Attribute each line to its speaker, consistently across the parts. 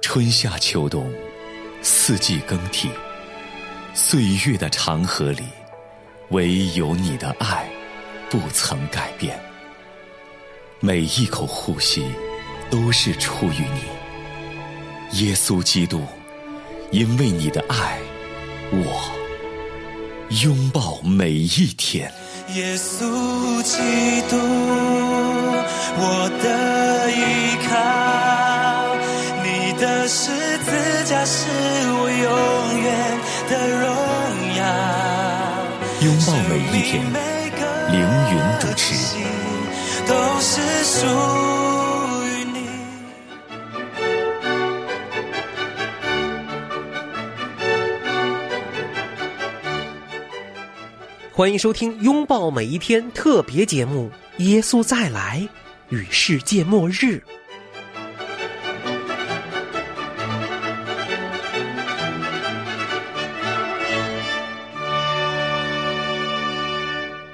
Speaker 1: 春夏秋冬，四季更替，岁月的长河里，唯有你的爱不曾改变。每一口呼吸，都是出于你。耶稣基督，因为你的爱，我拥抱每一天。
Speaker 2: 耶稣基督，我的依靠，你的十字架是我永远的荣耀。
Speaker 1: 拥抱每一天
Speaker 2: 生命每个
Speaker 1: 凌云主持
Speaker 2: 气息都是属于你。
Speaker 3: 欢迎收听《拥抱每一天》特别节目《耶稣再来与世界末日》。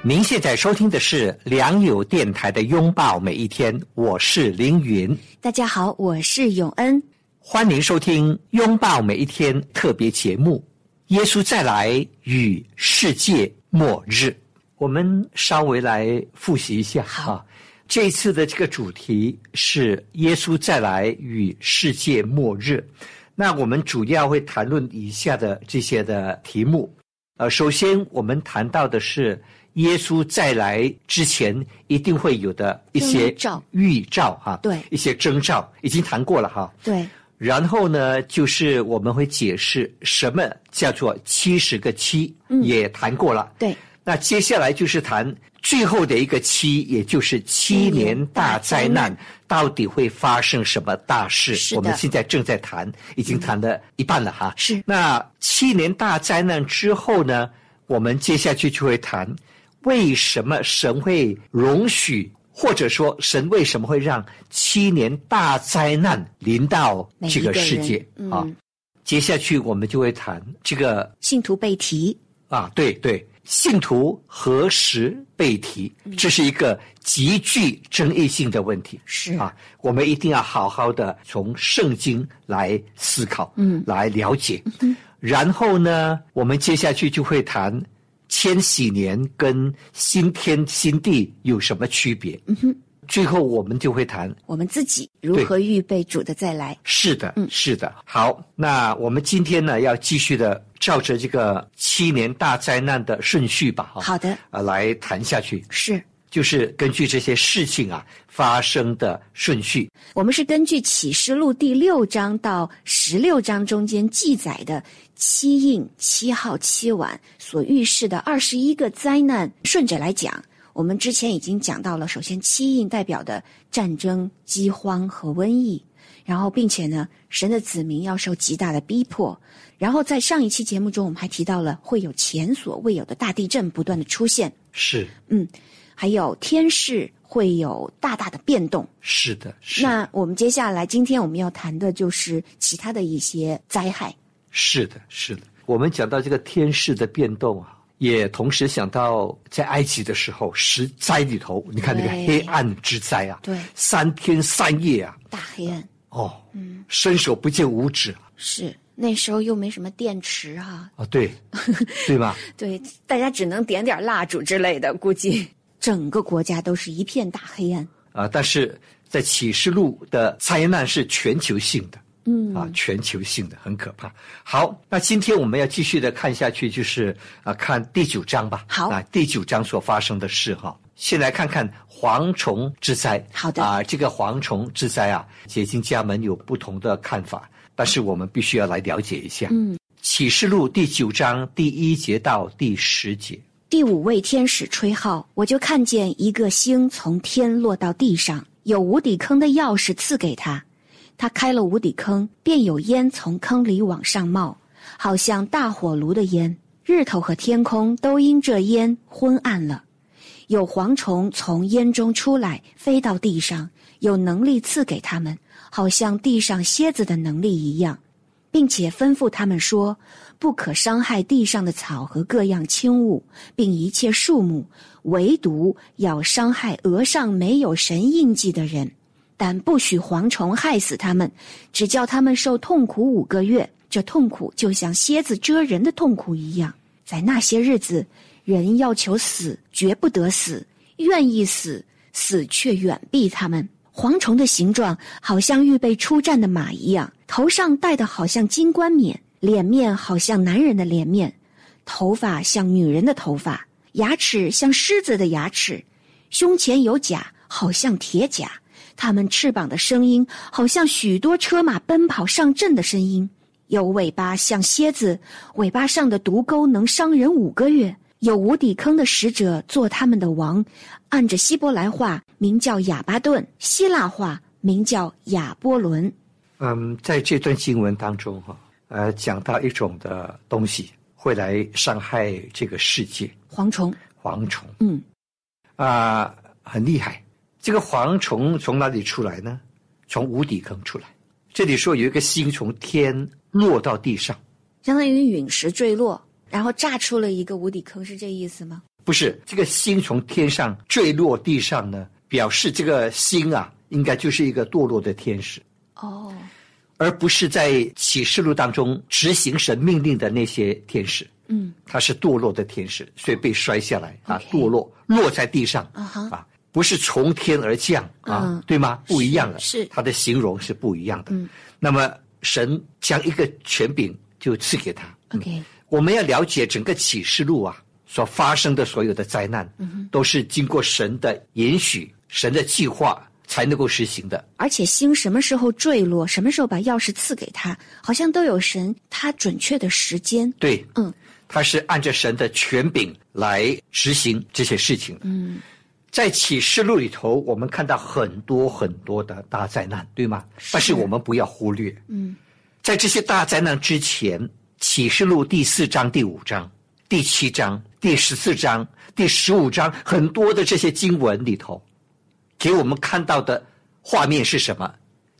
Speaker 4: 您现在收听的是良友电台的《拥抱每一天》，我是凌云，
Speaker 5: 大家好，我是永恩。
Speaker 4: 欢迎收听《拥抱每一天》特别节目《耶稣再来与世界末日》。我们稍微来复习一下哈、啊，这一次的这个主题是“耶稣再来与世界末日”。那我们主要会谈论以下的这些的题目。呃，首先我们谈到的是耶稣再来之前一定会有的一些
Speaker 5: 征兆
Speaker 4: 预兆哈、
Speaker 5: 对
Speaker 4: 一些征兆已经谈过了哈。
Speaker 5: 对，
Speaker 4: 然后呢，就是我们会解释什么叫做七十个七，也谈过了。
Speaker 5: 嗯对，
Speaker 4: 那接下来就是谈最后的一个七，也就是七年大灾
Speaker 5: 大灾
Speaker 4: 难
Speaker 5: 难
Speaker 4: 到底会发生什么大事？
Speaker 5: 是的
Speaker 4: 我们现在正在谈，已经谈了一半了哈。
Speaker 5: 是
Speaker 4: 那七年大灾难之后呢，我们接下去就会谈为什么神会容许。或者说，神为什么会让七年大灾难临到
Speaker 5: 每一
Speaker 4: 这
Speaker 5: 个
Speaker 4: 个世界、
Speaker 5: 人
Speaker 4: 啊
Speaker 5: 嗯？
Speaker 4: 接下去我们就会谈这个
Speaker 5: 信徒被提，
Speaker 4: 啊，对对，信徒何时被提，
Speaker 5: 嗯
Speaker 4: 这是一个极具争议性的问题。
Speaker 5: 是
Speaker 4: 啊，我们一定要好好的从圣经来思考，嗯，来了解。然后呢，我们接下去就会谈千禧年跟新天新地有什么区别。嗯哼。最后，我们就会谈
Speaker 5: 我们自己如何预备主的再来。
Speaker 4: 是的，
Speaker 5: 嗯
Speaker 4: 是的。好，那我们今天呢，要继续的照着这个七年大灾难的顺序吧，哈
Speaker 5: 好的
Speaker 4: 呃，来谈下去，
Speaker 5: 是
Speaker 4: 就是根据这些事情啊发生的顺序。
Speaker 5: 我们是根据启示录第六章到十六章中间记载的七印、七号、七晚所预示的二十一个灾难，顺着来讲。我们之前已经讲到了，首先七印代表的战争、饥荒和瘟疫，然后并且呢，神的子民要受极大的逼迫。然后在上一期节目中，我们还提到了会有前所未有的大地震不断的出现，
Speaker 4: 是，
Speaker 5: 还有天势会有大大的变动。
Speaker 4: 是的，是
Speaker 5: 那我们接下来，今天我们要谈的就是其他的一些灾害。
Speaker 4: 是的，是的。我们讲到这个天势的变动啊，也同时想到在埃及的时候，十灾里头，你看那个
Speaker 5: 对
Speaker 4: 黑暗之灾啊，
Speaker 5: 对
Speaker 4: 三天三夜啊，
Speaker 5: 大黑暗
Speaker 4: 哦，嗯，伸手不见五指啊
Speaker 5: 是那时候又没什么电池哈、
Speaker 4: 啊，对， 对吧？
Speaker 5: 对，大家只能点点蜡烛之类的，估计整个国家都是一片大黑暗。
Speaker 4: 啊，但是在启示录的灾难是全球性的，嗯啊，全球性的很可怕。好，那今天我们要继续的看下去，就是啊，看第九章吧。
Speaker 5: 好
Speaker 4: 啊，第九章所发生的事哈，先来看看蝗虫之灾。
Speaker 5: 好的
Speaker 4: 啊，这个蝗虫之灾啊，解经家们有不同的看法，但是我们必须要来了解一下。嗯，启示录第九章第一节到第十节。
Speaker 5: 第五位天使吹号，我就看见一个星从天落到地上，有无底坑的钥匙赐给他。他开了无底坑，便有烟从坑里往上冒，好像大火炉的烟。日头和天空都因这烟昏暗了。有蝗虫从烟中出来，飞到地上，有能力赐给他们，好像地上蝎子的能力一样。并且吩咐他们说：“不可伤害地上的草和各样轻物，并一切树木，唯独要伤害额上没有神印记的人。但不许蝗虫害死他们，只叫他们受痛苦五个月。这痛苦就像蝎子蛰人的痛苦一样。在那些日子，人要求死，绝不得死；愿意死，死却远避他们。蝗虫的形状好像预备出战的马一样，头上戴的好像金冠冕，脸面好像男人的脸面，头发像女人的头发，牙齿像狮子的牙齿，胸前有甲，好像铁甲。它们翅膀的声音好像许多车马奔跑上阵的声音。有尾巴像蝎子，尾巴上的毒钩能伤人五个月。有无底坑的使者做他们的王，按着希伯来话名叫亚巴顿，希腊话名叫亚波伦。
Speaker 4: 嗯，在这段经文当中哈，呃，讲到一种的东西会来伤害这个世界，
Speaker 5: 蝗虫，
Speaker 4: 蝗虫
Speaker 5: 嗯，
Speaker 4: 啊、很厉害。这个蝗虫从哪里出来呢？从无底坑出来。这里说有一个星从天落到地上，
Speaker 5: 相当于陨石坠落，然后炸出了一个无底坑，是这意思吗？
Speaker 4: 不是这个星从天上坠落地上呢，表示这个星啊，应该就是一个堕落的天使，
Speaker 5: 哦，
Speaker 4: 而不是在启示录当中执行神命令的那些天使。
Speaker 5: 嗯，
Speaker 4: 他是堕落的天使，所以被摔下来啊
Speaker 5: OK
Speaker 4: 堕落落在地上
Speaker 5: 啊哈
Speaker 4: 啊，不是从天而降啊
Speaker 5: 嗯
Speaker 4: 对吗？不一样的，
Speaker 5: 是
Speaker 4: 他的形容是不一样的。
Speaker 5: 嗯
Speaker 4: 那么神将一个权柄就赐给他。嗯
Speaker 5: OK
Speaker 4: 我们要了解整个启示录啊所发生的所有的灾难，都是经过神的允许、神的计划才能够实行的。
Speaker 5: 而且星什么时候坠落，什么时候把钥匙赐给他，好像都有神他准确的时间。
Speaker 4: 对，
Speaker 5: 嗯，
Speaker 4: 他是按着神的权柄来执行这些事情。嗯，在启示录里头，我们看到很多很多的大灾难，对吗？但是我们不要忽略，
Speaker 5: 嗯，
Speaker 4: 在这些大灾难之前，启示录第四章、第五章、第七章、第十四章、第十五章，很多的这些经文里头，给我们看到的画面是什么？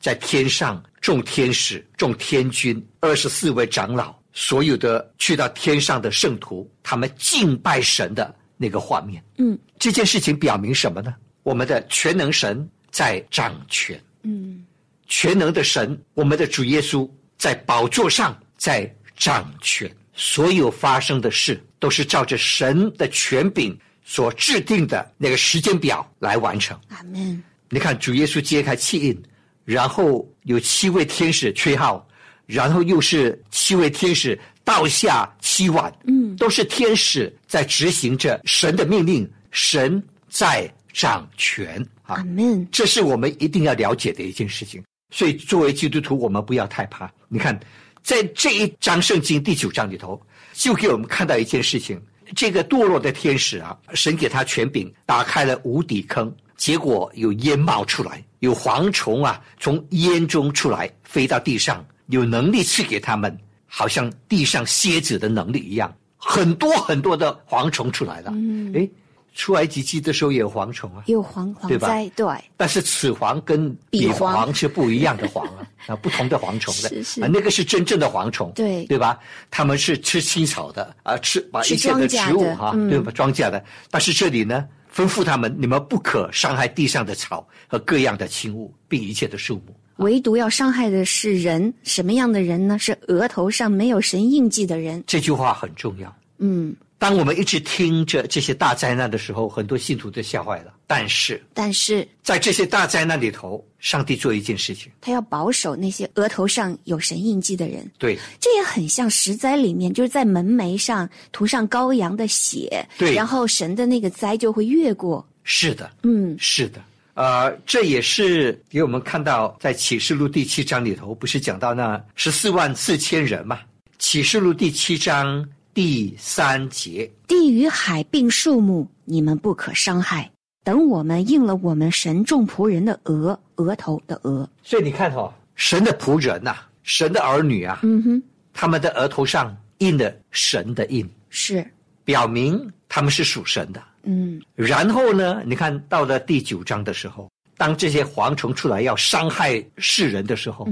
Speaker 4: 在天上众天使、众天君、二十四位长老，所有的去到天上的圣徒，他们敬拜神的那个画面。
Speaker 5: 嗯，
Speaker 4: 这件事情表明什么呢？我们的全能神在掌权。
Speaker 5: 嗯，
Speaker 4: 全能的神，我们的主耶稣在宝座上在掌权，所有发生的事都是照着神的权柄所制定的那个时间表来完成。
Speaker 5: 阿门。
Speaker 4: 你看，主耶稣揭开气印，然后有七位天使吹号，然后又是七位天使倒下七碗，嗯，都是天使在执行着神的命令，神在掌权啊。
Speaker 5: 阿门。
Speaker 4: 这是我们一定要了解的一件事情。所以，作为基督徒，我们不要害怕。你看，在这一章圣经第九章里头，就给我们看到一件事情：这个堕落的天使啊，神给他权柄，打开了无底坑，结果有烟冒出来，有蝗虫啊从烟中出来，飞到地上，有能力赐给他们，好像地上蝎子的能力一样，很多很多的蝗虫出来了。嗯，诶，出埃及记的时候也有蝗虫啊。
Speaker 5: 有蝗蝗
Speaker 4: 对吧
Speaker 5: 灾，对，
Speaker 4: 但是此蝗跟彼
Speaker 5: 彼蝗
Speaker 4: 蝗是不一样的蝗 啊，啊，不同的蝗虫的，
Speaker 5: 是是
Speaker 4: 啊，那个是真正的蝗虫，
Speaker 5: 对
Speaker 4: 对吧？他们是吃青草的啊，吃把
Speaker 5: 吃
Speaker 4: 一切的
Speaker 5: 庄稼
Speaker 4: 植物
Speaker 5: 的
Speaker 4: 哈、
Speaker 5: 嗯
Speaker 4: 对吧？庄稼的，但是这里呢，吩咐他们，你们不可伤害地上的草和各样的青物，并一切的树木。
Speaker 5: 唯独要伤害的是人，什么样的人呢？是额头上没有神印记的人。
Speaker 4: 这句话很重要。
Speaker 5: 嗯，
Speaker 4: 当我们一直听着这些大灾难的时候，很多信徒都吓坏了。但是
Speaker 5: 但是
Speaker 4: 在这些大灾难里头，上帝做一件事情，
Speaker 5: 他要保守那些额头上有神印记的人。
Speaker 4: 对，
Speaker 5: 这也很像十灾里面，就是在门楣上涂上羔羊的血，
Speaker 4: 对
Speaker 5: 然后神的那个灾就会越过。
Speaker 4: 是的，
Speaker 5: 嗯，
Speaker 4: 是的，呃，这也是给我们看到，在启示录第七章里头，不是讲到那十四万四千人嘛？启示录第七章第三节，
Speaker 5: 地与海并树木，你们不可伤害。等我们应了我们神众仆人的额，额头的额。
Speaker 4: 所以你看哦，神的仆人呐、神的儿女啊，
Speaker 5: 嗯哼，
Speaker 4: 他们的额头上印了神的印，
Speaker 5: 是，
Speaker 4: 表明他们是属神的。
Speaker 5: 嗯，
Speaker 4: 然后呢，你看到了第九章的时候，当这些蝗虫出来要伤害世人的时候，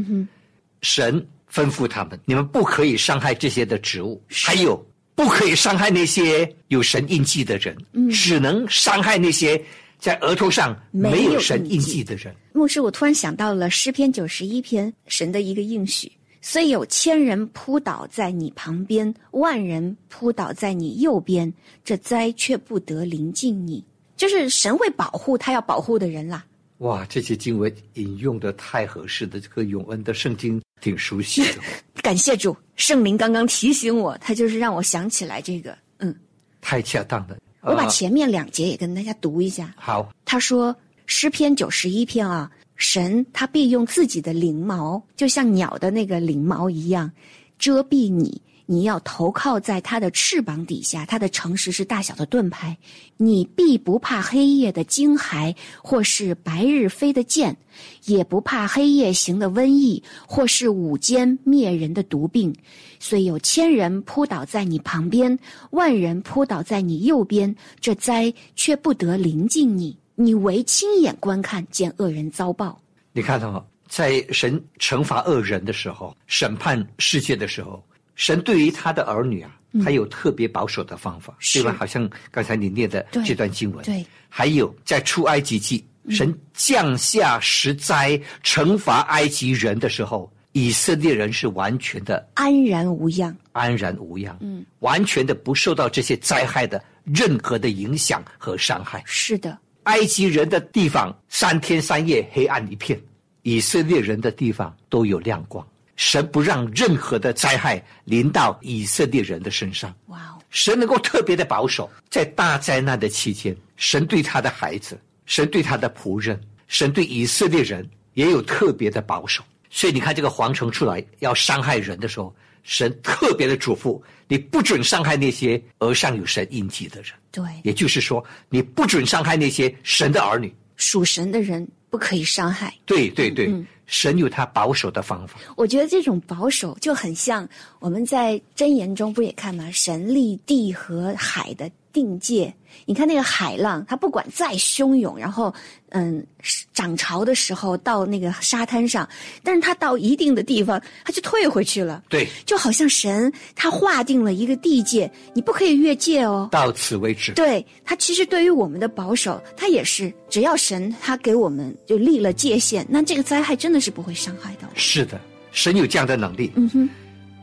Speaker 4: 神吩咐他们：你们不可以伤害这些的植物，还有嗯不可以伤害那些有神印记的人，只能伤害那些在额头上没有神印记的人。
Speaker 5: 牧师，我突然想到了诗篇九十一篇神的一个应许：虽有千人扑倒在你旁边，万人扑倒在你右边，这灾却不得临近你。就是神会保护他要保护的人啦。
Speaker 4: 哇，这些经文引用的太合适的，这个永恩的圣经挺熟悉 的。
Speaker 5: 感谢主，圣灵刚刚提醒我，他就是让我想起来这个。嗯，
Speaker 4: 太恰当了。
Speaker 5: 我把
Speaker 4: 呃
Speaker 5: 前面两节也跟大家读一下。
Speaker 4: 好，
Speaker 5: 他说诗篇九十一篇啊，神他必用自己的翎毛，就像鸟的那个翎毛一样，遮蔽你。你要投靠在他的翅膀底下，他的诚实是大小的盾牌。你必不怕黑夜的惊骇，或是白日飞的箭，也不怕黑夜行的瘟疫，或是午间灭人的毒病。虽有千人扑倒在你旁边，万人扑倒在你右边，这灾却不得临近你。你唯亲眼观看，见恶人遭报。
Speaker 4: 你看哦，在神惩罚恶人的时候，审判世界的时候，神对于他的儿女啊，他有特别保守的方法，
Speaker 5: 嗯是
Speaker 4: 对吧？好像刚才你念的
Speaker 5: 对
Speaker 4: 这段经文，
Speaker 5: 对
Speaker 4: 还有在出埃及记，神降下十灾惩罚埃及人的时候，以色列人是完全的
Speaker 5: 安然无恙，
Speaker 4: 安然无恙，嗯，完全的不受到这些灾害的任何的影响和伤害。
Speaker 5: 是的，
Speaker 4: 埃及人的地方三天三夜黑暗一片，以色列人的地方都有亮光。神不让任何的灾害临到以色列人的身上，
Speaker 5: 哇哦，
Speaker 4: 神能够特别的保守，在大灾难的期间，神对他的孩子，神对他的仆人，神对以色列人也有特别的保守。所以你看，这个蝗虫出来要伤害人的时候，神特别的嘱咐你不准伤害那些额上有神印记的人。
Speaker 5: 对，
Speaker 4: 也就是说，你不准伤害那些神的儿女。
Speaker 5: 属神的人不可以伤害。
Speaker 4: 对对对，
Speaker 5: 嗯
Speaker 4: 神有他保守的方法。
Speaker 5: 我觉得这种保守就很像我们在箴言中不也看吗？神立地和海的定界。你看那个海浪，它不管再汹涌，然后嗯涨潮的时候到那个沙滩上，但是它到一定的地方，它就退回去了。
Speaker 4: 对，
Speaker 5: 就好像神他划定了一个地界，你不可以越界哦。
Speaker 4: 到此为止。
Speaker 5: 对他其实对于我们的保守，他也是，只要神他给我们就立了界限，那这个灾害真的是不会伤害到我们，
Speaker 4: 是的，神有这样的能力，
Speaker 5: 嗯哼，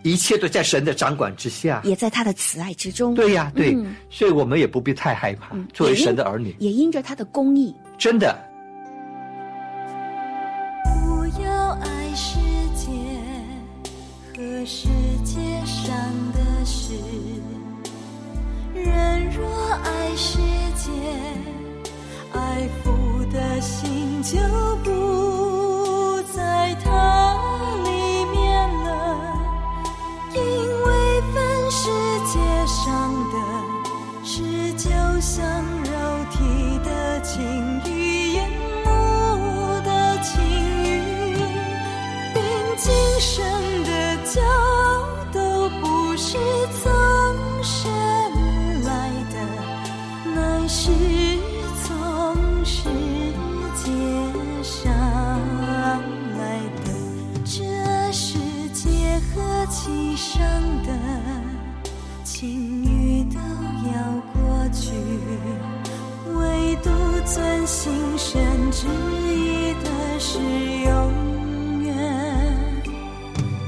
Speaker 4: 一切都在神的掌管之下。
Speaker 5: 也在他的慈爱之中。
Speaker 4: 对呀，对
Speaker 5: 嗯，
Speaker 4: 所以我们也不必太害怕
Speaker 5: 嗯，。
Speaker 4: 作为
Speaker 5: 也因
Speaker 4: 神的儿女，
Speaker 5: 也因着他的公义，
Speaker 4: 真的
Speaker 6: 不要爱世界和世界上的事。人若爱世界，爱父的心就不在它里面了，因为凡世界上的事，就像肉体的情欲、眼目的情欲。并今生的骄傲都不是从神来的，乃是从世界上来的。这世界和其上的情欲都要过去。唯独遵行神旨意的是永远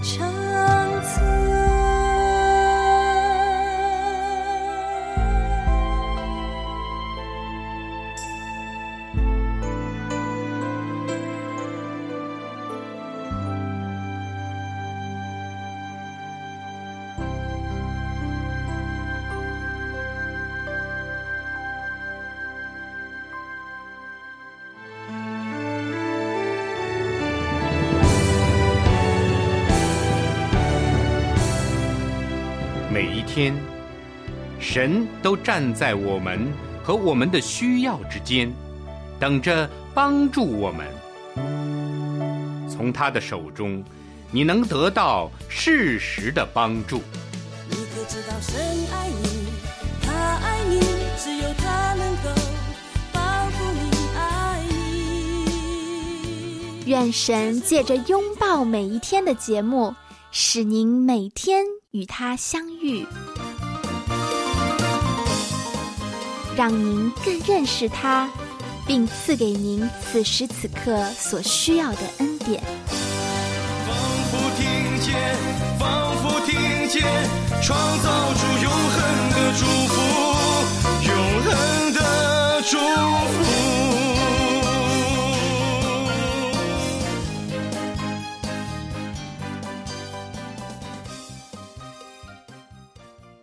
Speaker 6: 长存。
Speaker 7: 每一天，神都站在我们和我们的需要之间，等着帮助我们。从他的手中，你能得到适时的帮助。
Speaker 6: 你可知道神爱你，他爱你，只有他能够保护你，爱你。
Speaker 8: 愿神借着拥抱每一天的节目，使您每天与他相遇，让您更认识他，并赐给您此时此刻所需要的恩典。
Speaker 2: 仿佛听见，仿佛听见，创造出永恒的祝福，永恒的祝福。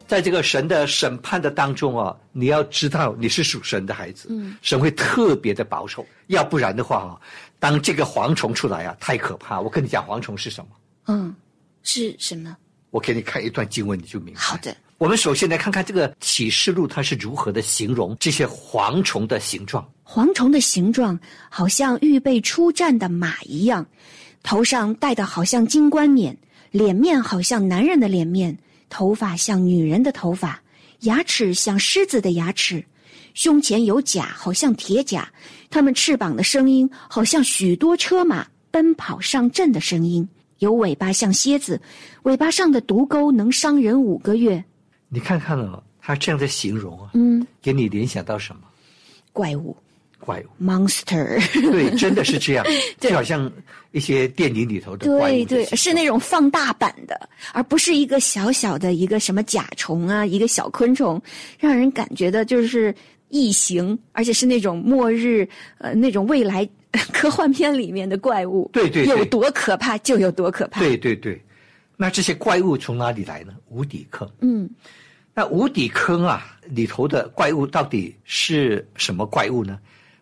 Speaker 4: 在这个神的审判的当中啊，你要知道你是属神的孩子，
Speaker 5: 嗯
Speaker 4: 神会特别的保守，要不然的话啊，当这个蝗虫出来啊，太可怕。我跟你讲，蝗虫是什么？
Speaker 5: 嗯，是什么？
Speaker 4: 我给你看一段经文，你就明白。
Speaker 5: 好的，
Speaker 4: 我们首先来看看这个启示录，它是如何的形容这些蝗虫的形状。
Speaker 5: 蝗虫的形状好像预备出战的马一样，头上戴的好像金冠冕，脸面好像男人的脸面，头发像女人的头发，牙齿像狮子的牙齿，胸前有甲，好像铁甲，它们翅膀的声音好像许多车马奔跑上阵的声音，有尾巴像蝎子，尾巴上的毒钩能伤人五个月。
Speaker 4: 你看看啊，它这样的形容啊，
Speaker 5: 嗯，
Speaker 4: 给你联想到什么？
Speaker 5: 怪物
Speaker 4: 怪 物。
Speaker 5: monster。
Speaker 4: 对，真的是这 样，就好像一些电影里头的怪物的
Speaker 5: 对对，
Speaker 4: 形
Speaker 5: 是
Speaker 4: 状
Speaker 5: 那种放大版的，而不是一个小小的一个什么甲虫啊，一个小昆虫，让人感觉的就是异形，而且是那种末日呃那种未来 科幻片里面的怪物。
Speaker 4: 对对对
Speaker 5: 有多可怕就有多可怕。，
Speaker 4: 对对对，那这些怪物从哪里来呢？无底坑。
Speaker 5: 嗯，
Speaker 4: 那无底坑啊，里头的怪物到底是什么怪物呢？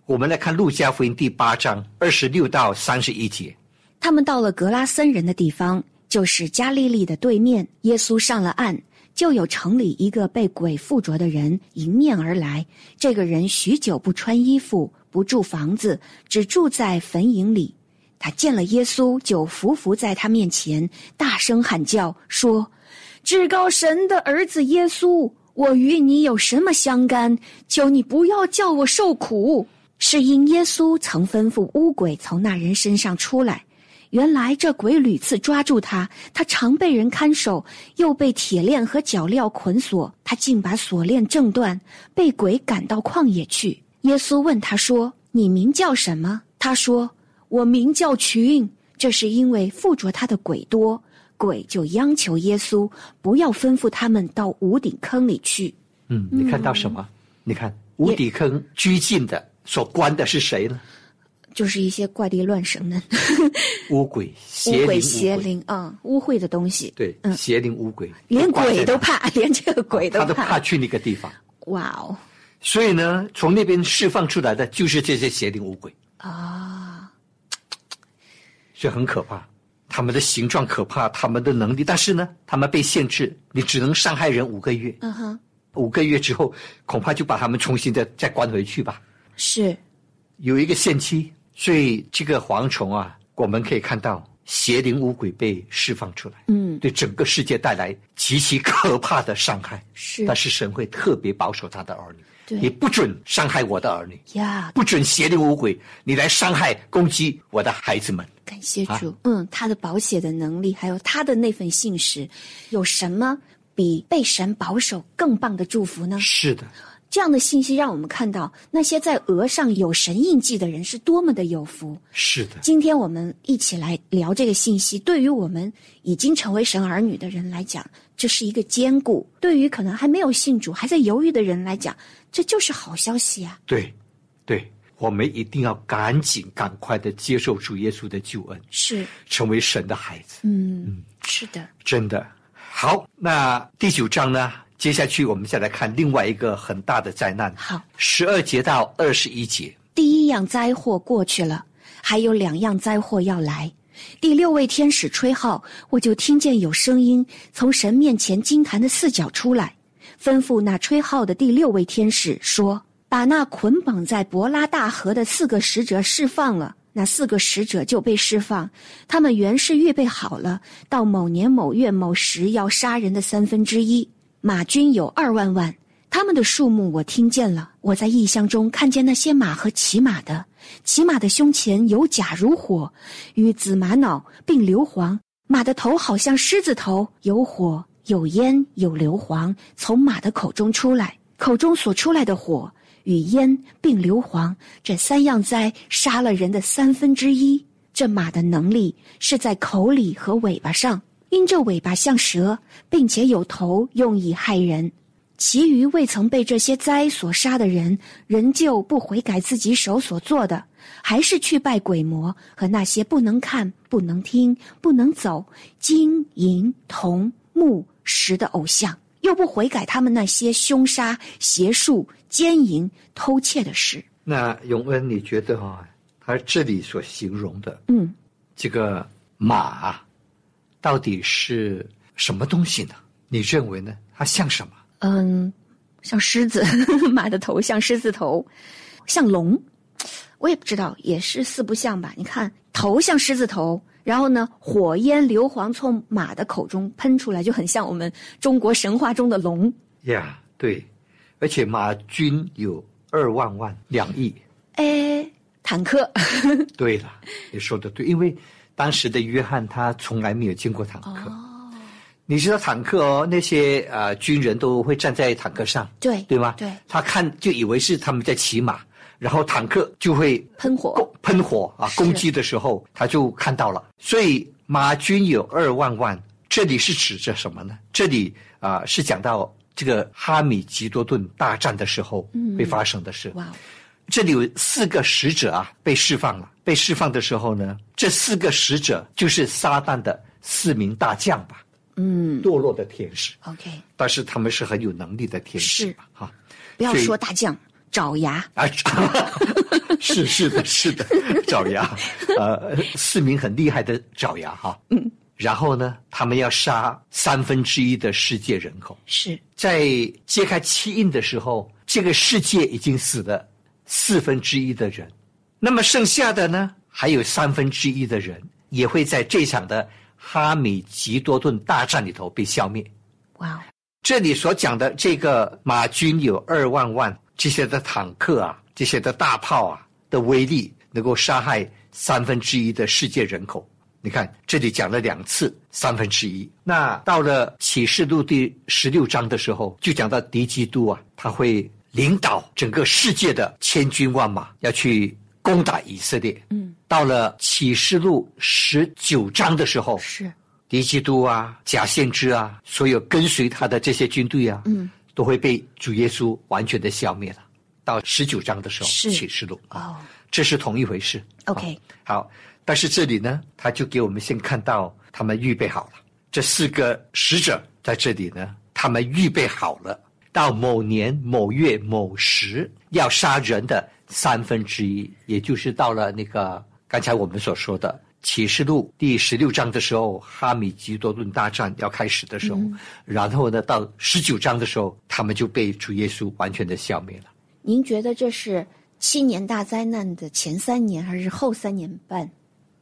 Speaker 4: 我们来看《路加福音》第八章二十六到三十一节。
Speaker 5: 他们到了格拉森人的地方，就是加利利的对面。耶稣上了岸，就有城里一个被鬼附着的人迎面而来。这个人许久不穿衣服，不住房子，只住在坟茔里。他见了耶稣，就伏伏在他面前，大声喊叫说：“至高神的儿子耶稣，我与你有什么相干？求你不要叫我受苦。”是因耶稣曾吩咐乌鬼从那人身上出来。原来这鬼屡次抓住他，他常被人看守，又被铁链和脚镣捆锁。他竟把锁链挣断，被鬼赶到旷野去。耶稣问他说：“你名叫什么？”他说：“我名叫群。”这是因为附着他的鬼多，鬼就央求耶稣不要吩咐他们到无顶坑里去。
Speaker 4: 嗯，你看到什么？你看无底坑拘禁的所关的是谁呢？
Speaker 5: 就是一些怪力乱神的
Speaker 4: 乌鬼、邪
Speaker 5: 污
Speaker 4: 灵、
Speaker 5: 鬼、邪。灵啊、污秽的东西。
Speaker 4: 对，
Speaker 5: 嗯
Speaker 4: 邪灵乌鬼，
Speaker 5: 连
Speaker 4: 关在
Speaker 5: 鬼都
Speaker 4: 那
Speaker 5: 怕， 连这个鬼
Speaker 4: 他
Speaker 5: 都
Speaker 4: 都怕去那个地方。
Speaker 5: 哇哦
Speaker 4: 所以呢，从那边释放出来的就是这些邪灵乌鬼，
Speaker 5: 啊！
Speaker 4: 所以很可怕。他们的形状可怕，他们的能力，但是呢，他们被限制，你只能伤害人五个月。
Speaker 5: 嗯哼，
Speaker 4: 五个月之后，恐怕就把他们重新再再关回去吧，
Speaker 5: 是
Speaker 4: 有一个限期。所以这个蝗虫啊，我们可以看到邪灵乌鬼被释放出来，
Speaker 5: 嗯
Speaker 4: 对整个世界带来极其可怕的伤害。
Speaker 5: 是
Speaker 4: 但是神会特别保守他的儿女，
Speaker 5: 对
Speaker 4: 你不准伤害我的儿女，
Speaker 5: 呀，
Speaker 4: 不准邪灵无鬼，你来伤害攻击我的孩子们。
Speaker 5: 感谢主，嗯，他的保险的能力，还有他的那份信实，有什么比被神保守更棒的祝福呢？
Speaker 4: 是的，
Speaker 5: 这样的信息让我们看到那些在额上有神印记的人是多么的有福。
Speaker 4: 是的，
Speaker 5: 今天我们一起来聊这个信息，对于我们已经成为神儿女的人来讲，这是一个坚固；对于可能还没有信主、还在犹豫的人来讲，这就是好消息啊！
Speaker 4: 对，对，我们一定要赶紧、赶快的接受主耶稣的救恩，
Speaker 5: 是，
Speaker 4: 成为神的孩子。
Speaker 5: 嗯，是的，
Speaker 4: 真的好。那第九章呢？接下去我们再来看另外一个很大的灾难，
Speaker 5: 好。
Speaker 4: 十二节到二十一节。
Speaker 5: 第一样灾祸过去了，还有两样灾祸要来。第六位天使吹号，我就听见有声音从神面前金坛的四角出来，吩咐那吹号的第六位天使说：“把那捆绑在伯拉大河的四个使者释放了。”那四个使者就被释放，他们原是预备好了，到某年某月某时要杀人的三分之一。马军有二万万，他们的数目我听见了。我在异象中看见那些马和骑马的，骑马的胸前有甲如火，与紫玛瑙并硫磺，马的头好像狮子头，有火有烟有硫磺从马的口中出来，口中所出来的火与烟并硫磺这三样灾杀了人的三分之一。这马的能力是在口里和尾巴上，因这尾巴像蛇，并且有头，用以害人。其余未曾被这些灾所杀的人，仍旧不悔改自己手所做的，还是去拜鬼魔和那些不能看、不能听、不能走、金银铜木石的偶像，又不悔改他们那些凶杀、邪术、奸淫、偷窃的事。
Speaker 4: 那永恩，你觉得哈、他这里所形容的
Speaker 5: 嗯，
Speaker 4: 这个马到底是什么东西呢？你认为呢？它像什么？
Speaker 5: 嗯，像狮子 马的头，像狮子头，像龙，我也不知道，也是四不像吧？你看，头像狮子头，然后呢，火焰硫磺从马的口中喷出来，就很像我们中国神话中的龙。
Speaker 4: 呀、对，而且马军有二万万两亿。
Speaker 5: 哎，坦克，
Speaker 4: 对了，你说的对，因为当时的约翰他从来没有见过坦克。
Speaker 5: 哦
Speaker 4: 你知道坦克哦，那些呃军人都会站在坦克上，
Speaker 5: 对
Speaker 4: 对吗？
Speaker 5: 对，
Speaker 4: 他看就以为是他们在骑马，然后坦克就会
Speaker 5: 喷火
Speaker 4: 攻喷火啊！
Speaker 5: 是
Speaker 4: 攻击的时候他就看到了，所以马军有二万万，这里是指着什么呢？这里啊、是讲到这个哈米吉多顿大战的时候会发生的事。
Speaker 5: 嗯哇，哦
Speaker 4: 这里有四个使者啊，被释放了。被释放的时候呢，这四个使者就是撒旦的四名大将吧，
Speaker 5: 嗯
Speaker 4: 堕落的天使，
Speaker 5: ，OK，
Speaker 4: 但是他们是很有能力的天使
Speaker 5: 是
Speaker 4: 吧？哈，
Speaker 5: 不要
Speaker 4: 所以
Speaker 5: 说大将爪牙，
Speaker 4: 啊， 是是的，是的，爪牙，呃，四名很厉害的爪牙哈。嗯。然后呢，他们要杀三分之一的世界人口。
Speaker 5: 是
Speaker 4: 在揭开七印的时候，这个世界已经死了四分之一的人，那么剩下的呢，还有三分之一的人也会在这场的哈米吉多顿大战里头被消灭。
Speaker 5: 哇，哦
Speaker 4: 这里所讲的这个马军有二万万这些的坦克啊，这些的大炮啊的威力，能够杀害三分之一的世界人口。你看，这里讲了两次三分之一。那到了启示录第十六章的时候，就讲到敌基督啊，他会领导整个世界的千军万马，要去攻打以色列。嗯，到了启示录十九章的时候，
Speaker 5: 是
Speaker 4: 敌基督啊、假先知啊，所有跟随他的这些军队啊，嗯，都会被主耶稣完全的消灭了。到十九章的时候，
Speaker 5: 是
Speaker 4: 启示录啊，
Speaker 5: 哦
Speaker 4: 这是同一回事。
Speaker 5: ，OK，
Speaker 4: 好，好但是这里呢，他就给我们先看到他们预备好了，这四个使者在这里呢，他们预备好了，到某年某月某时要杀人的三分之一，也就是到了那个刚才我们所说的。启示录第十六章的时候，哈米吉多顿大战要开始的时候，然后呢，到十九章的时候，他们就被主耶稣完全的消灭了。
Speaker 5: 您觉得这是七年大灾难的前三年还是后三年半？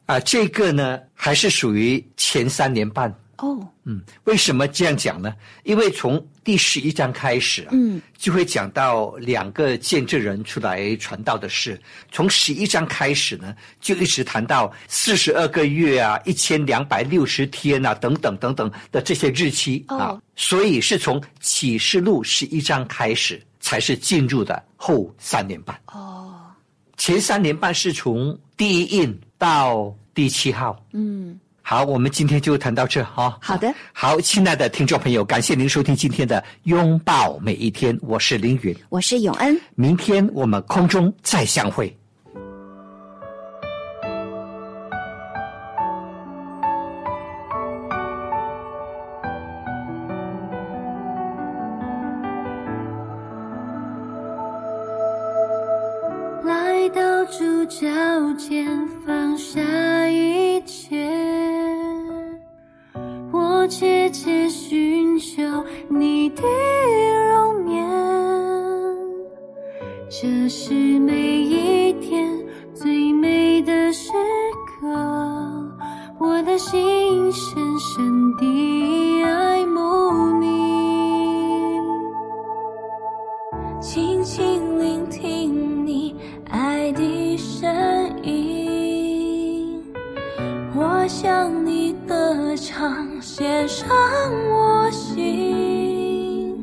Speaker 4: 啊，这个呢，还是属于前三年半
Speaker 5: 哦，
Speaker 4: 嗯，为什么这样讲呢？因为从第十一章开始啊，
Speaker 5: 嗯，
Speaker 4: 就会讲到两个见证人出来传道的事。从十一章开始呢，就一直谈到四十二个月啊、一千两百六十天啊等等等等的这些日期、啊
Speaker 5: 哦，
Speaker 4: 所以是从启示录十一章开始才是进入的后三年半。
Speaker 5: 哦，
Speaker 4: 前三年半是从第一印到第七号，
Speaker 5: 嗯，
Speaker 4: 好，我们今天就谈到这哈、
Speaker 5: 好的，
Speaker 4: 好，亲爱的听众朋友，感谢您收听今天的《拥抱每一天》，我是凌云，
Speaker 5: 我是永恩。
Speaker 4: 明天我们空中再相会。
Speaker 6: 来到主角前，放下一切，我切切寻求你的容颜。这是每一天最美的时刻，我的心深深地爱慕你，静静聆听你爱的声音，我向你歌唱，献上我心。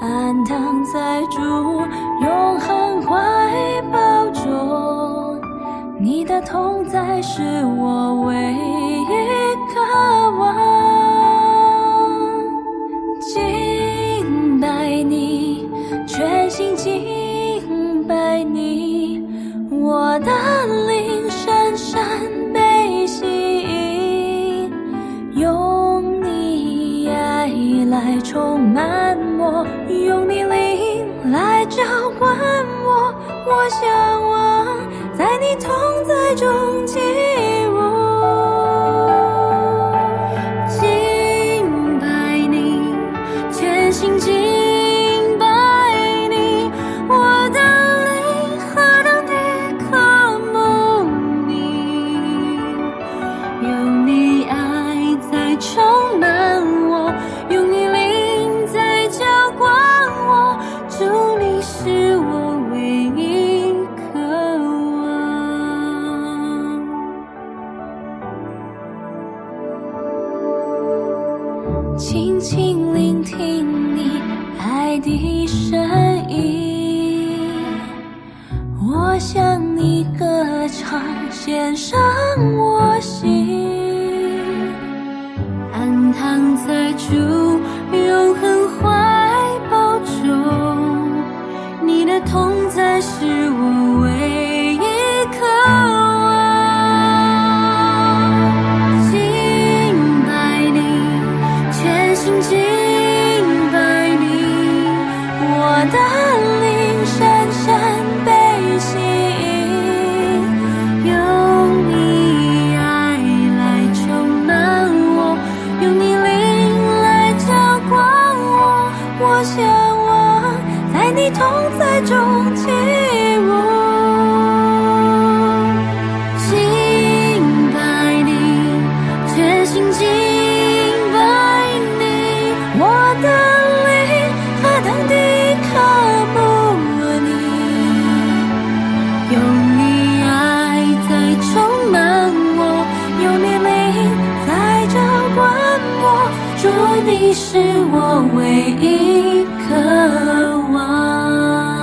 Speaker 6: 安躺在主永恒怀抱中，你的同在是我唯一渴望。敬拜你，全心敬拜你，我的灵深深被吸引，用你爱来充满我，用你灵来浇灌我，我向往在你同在中进入。敬拜你，全心敬拜你，我的灵何等的渴慕你，用你爱在充满我，用你灵在浇灌我，主你是我唯一渴望。轻轻聆听你爱的声音，我向你歌唱，献上我心，安躺在主永恒怀抱中，你的同在是我唯一渴望。敬拜你，全心敬拜你，我的灵深深被吸引，用你爱来充满我，用你灵来浇灌我，我向往在你同在中起舞。敬拜你，全心敬拜你，我的灵何等的渴慕你，用你爱在充满我，用你灵在浇灌我，主你是我唯一渴望。